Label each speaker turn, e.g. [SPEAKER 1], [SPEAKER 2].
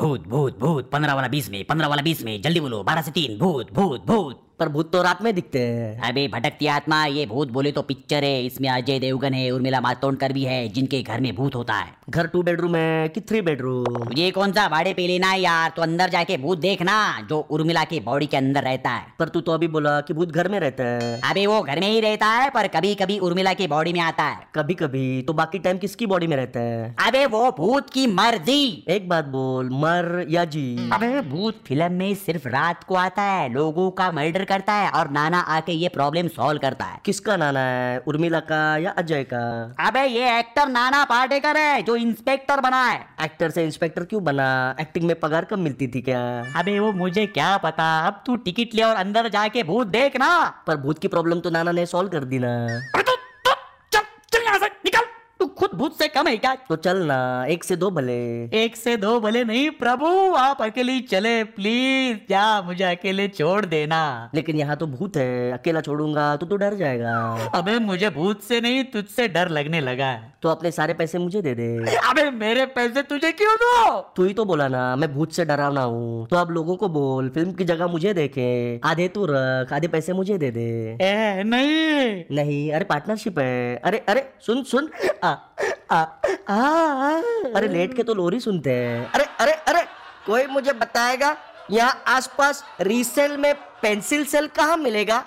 [SPEAKER 1] भूत भूत भूत पंद्रह वाला बीस में पंद्रह वाला बीस में जल्दी बोलो बारह से तीन भूत भूत भूत
[SPEAKER 2] पर भूत तो रात में दिखते हैं
[SPEAKER 1] अबे भटकती आत्मा ये भूत बोले तो पिक्चर है इसमें अजय देवगन है उर्मिला मातोंडकर भी है जिनके घर में भूत होता है
[SPEAKER 2] घर टू बेडरूम है कि थ्री बेडरूम
[SPEAKER 1] तुझे कौन सा भाड़े पे लेना है यार तो अंदर जाके भूत देखना जो उर्मिला के बॉडी के अंदर रहता है
[SPEAKER 2] पर तू तो अभी बोला कि भूत घर में रहता है
[SPEAKER 1] अबे वो घर में ही रहता है पर कभी कभी उर्मिला की बॉडी में आता है
[SPEAKER 2] कभी कभी तो बाकी टाइम किसकी बॉडी में रहता है
[SPEAKER 1] अबे वो भूत की मर्जी
[SPEAKER 2] एक बात बोल मर या जी
[SPEAKER 1] अबे भूत फिल्म में सिर्फ रात को आता है लोगों का मर्डर करता है और नाना आके ये प्रॉब्लम सॉल्व करता है
[SPEAKER 2] किसका नाना है उर्मिला का या अजय का
[SPEAKER 1] अबे ये एक्टर नाना पाटेकर है जो इंस्पेक्टर बना है
[SPEAKER 2] एक्टर से इंस्पेक्टर क्यों बना एक्टिंग में पगार कम मिलती थी क्या
[SPEAKER 1] अबे वो मुझे क्या पता अब तू टिकट ले और अंदर जाके भूत देखना
[SPEAKER 2] पर भूत की प्रॉब्लम तो नाना ने सॉल्व कर दी ना
[SPEAKER 1] अरे तू तू चल चल यहाँ से निकल तू खुद भूत से कम है क्या
[SPEAKER 2] तो चल ना एक से दो भले
[SPEAKER 3] एक से दो भले नहीं प्रभु आप अकेले चले प्लीज क्या मुझे अकेले छोड़ देना
[SPEAKER 2] लेकिन यहाँ तो भूत है अकेला छोड़ूंगा तो तू डर जाएगा
[SPEAKER 3] अबे मुझे भूत से नहीं तुझसे डर लगने लगा है
[SPEAKER 2] तो अपने सारे पैसे मुझे दे दे
[SPEAKER 3] अबे मेरे पैसे तुझे क्यों दो
[SPEAKER 2] तू ही तो बोला ना मैं भूत से डरावना हूँ तो आप लोगों को बोल फिल्म की जगह मुझे देखे आधे तू रख आधे पैसे मुझे दे दे
[SPEAKER 3] ए नहीं
[SPEAKER 2] नहीं अरे पार्टनरशिप है अरे अरे सुन सुन आ,
[SPEAKER 3] आ, आ,
[SPEAKER 2] अरे लेट के तो लोरी सुनते हैं अरे अरे अरे कोई मुझे बताएगा यहाँ आसपास रीसेल में पेंसिल सेल कहाँ मिलेगा